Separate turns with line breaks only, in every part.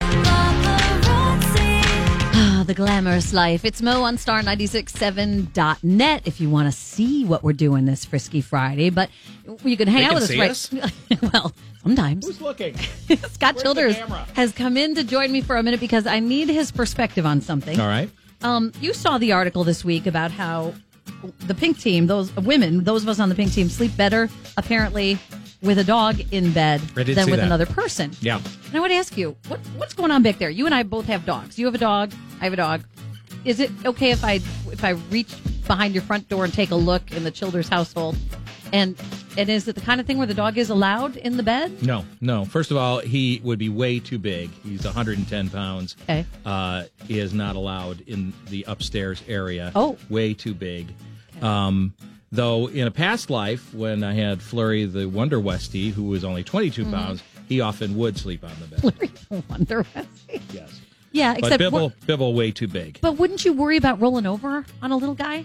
Ah, the glamorous life. It's Mo on star967.net if you want to see what we're doing this Frisky Friday. But you can hang
They
out
can
with
see
us, right? well, sometimes.
Who's looking?
Scott
Where's the
Childers
camera?
has come in to join me for a minute because I need his perspective on something.
All right.
Um, you saw the article this week about how the pink team, those women, those of us on the pink team, sleep better apparently with a dog in bed
I did
than
see
with
that.
another person.
Yeah.
And I would ask you, what what's going on back there? You and I both have dogs. You have a dog. I have a dog. Is it okay if I if I reach behind your front door and take a look in the Childers household? And and is it the kind of thing where the dog is allowed in the bed?
No, no. First of all, he would be way too big. He's 110 pounds.
Okay.
Uh, he is not allowed in the upstairs area.
Oh.
Way too big. Um, though, in a past life, when I had Flurry the Wonder Westie, who was only 22
Mm-hmm.
pounds, he often would sleep on the bed.
Wonder Wesley.
yes.
Yeah,
But
except
Bibble, Bibble, way too big.
But wouldn't you worry about rolling over on a little guy?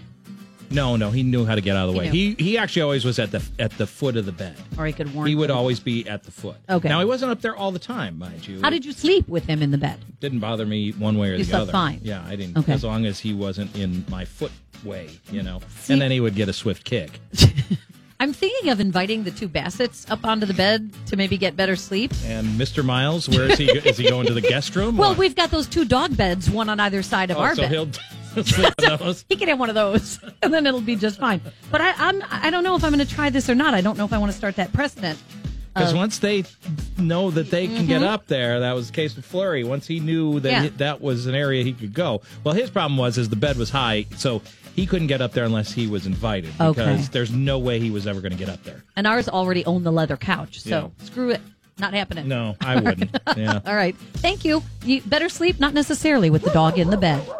No, no, he knew how to get out of
He
the way.
knew.
He he actually always was at the at the foot of the bed.
Or he could warn
He would
you.
always be at the foot.
Okay.
Now he wasn't up there all the time, mind you.
How did you sleep with him in the bed?
didn't bother me one way or
You
the
slept
other.
fine.
Yeah, I didn't.
Okay.
As long as he wasn't in my foot way, you know. and then he would get a swift kick.
I'm thinking of inviting the two Bassets up onto the bed to maybe get better sleep.
And Mr. Miles, where is he? is he going to the guest room?
Well,
Or-
we've got those two dog beds, one on either side of
Oh,
our
so
bed.
he'll sleep on those.
he can have one of those, and then it'll be just fine. But I, I'm I don't know if I'm going to try this or not. I don't know if I want to start that precedent. Uh,
Because once they know that they can get up there, that was the case with Flurry. Once he knew that
Mm-hmm. Yeah.
he- that was an area he could go. Well, his problem was is the bed was high, so he couldn't get up there unless he was invited. Because
Okay.
there's no way he was ever going to get up there.
And ours already own the leather couch, so
Yeah.
screw it, not happening.
No, I wouldn't. Yeah.
All right, thank you. You better sleep, not necessarily with the dog in the bed.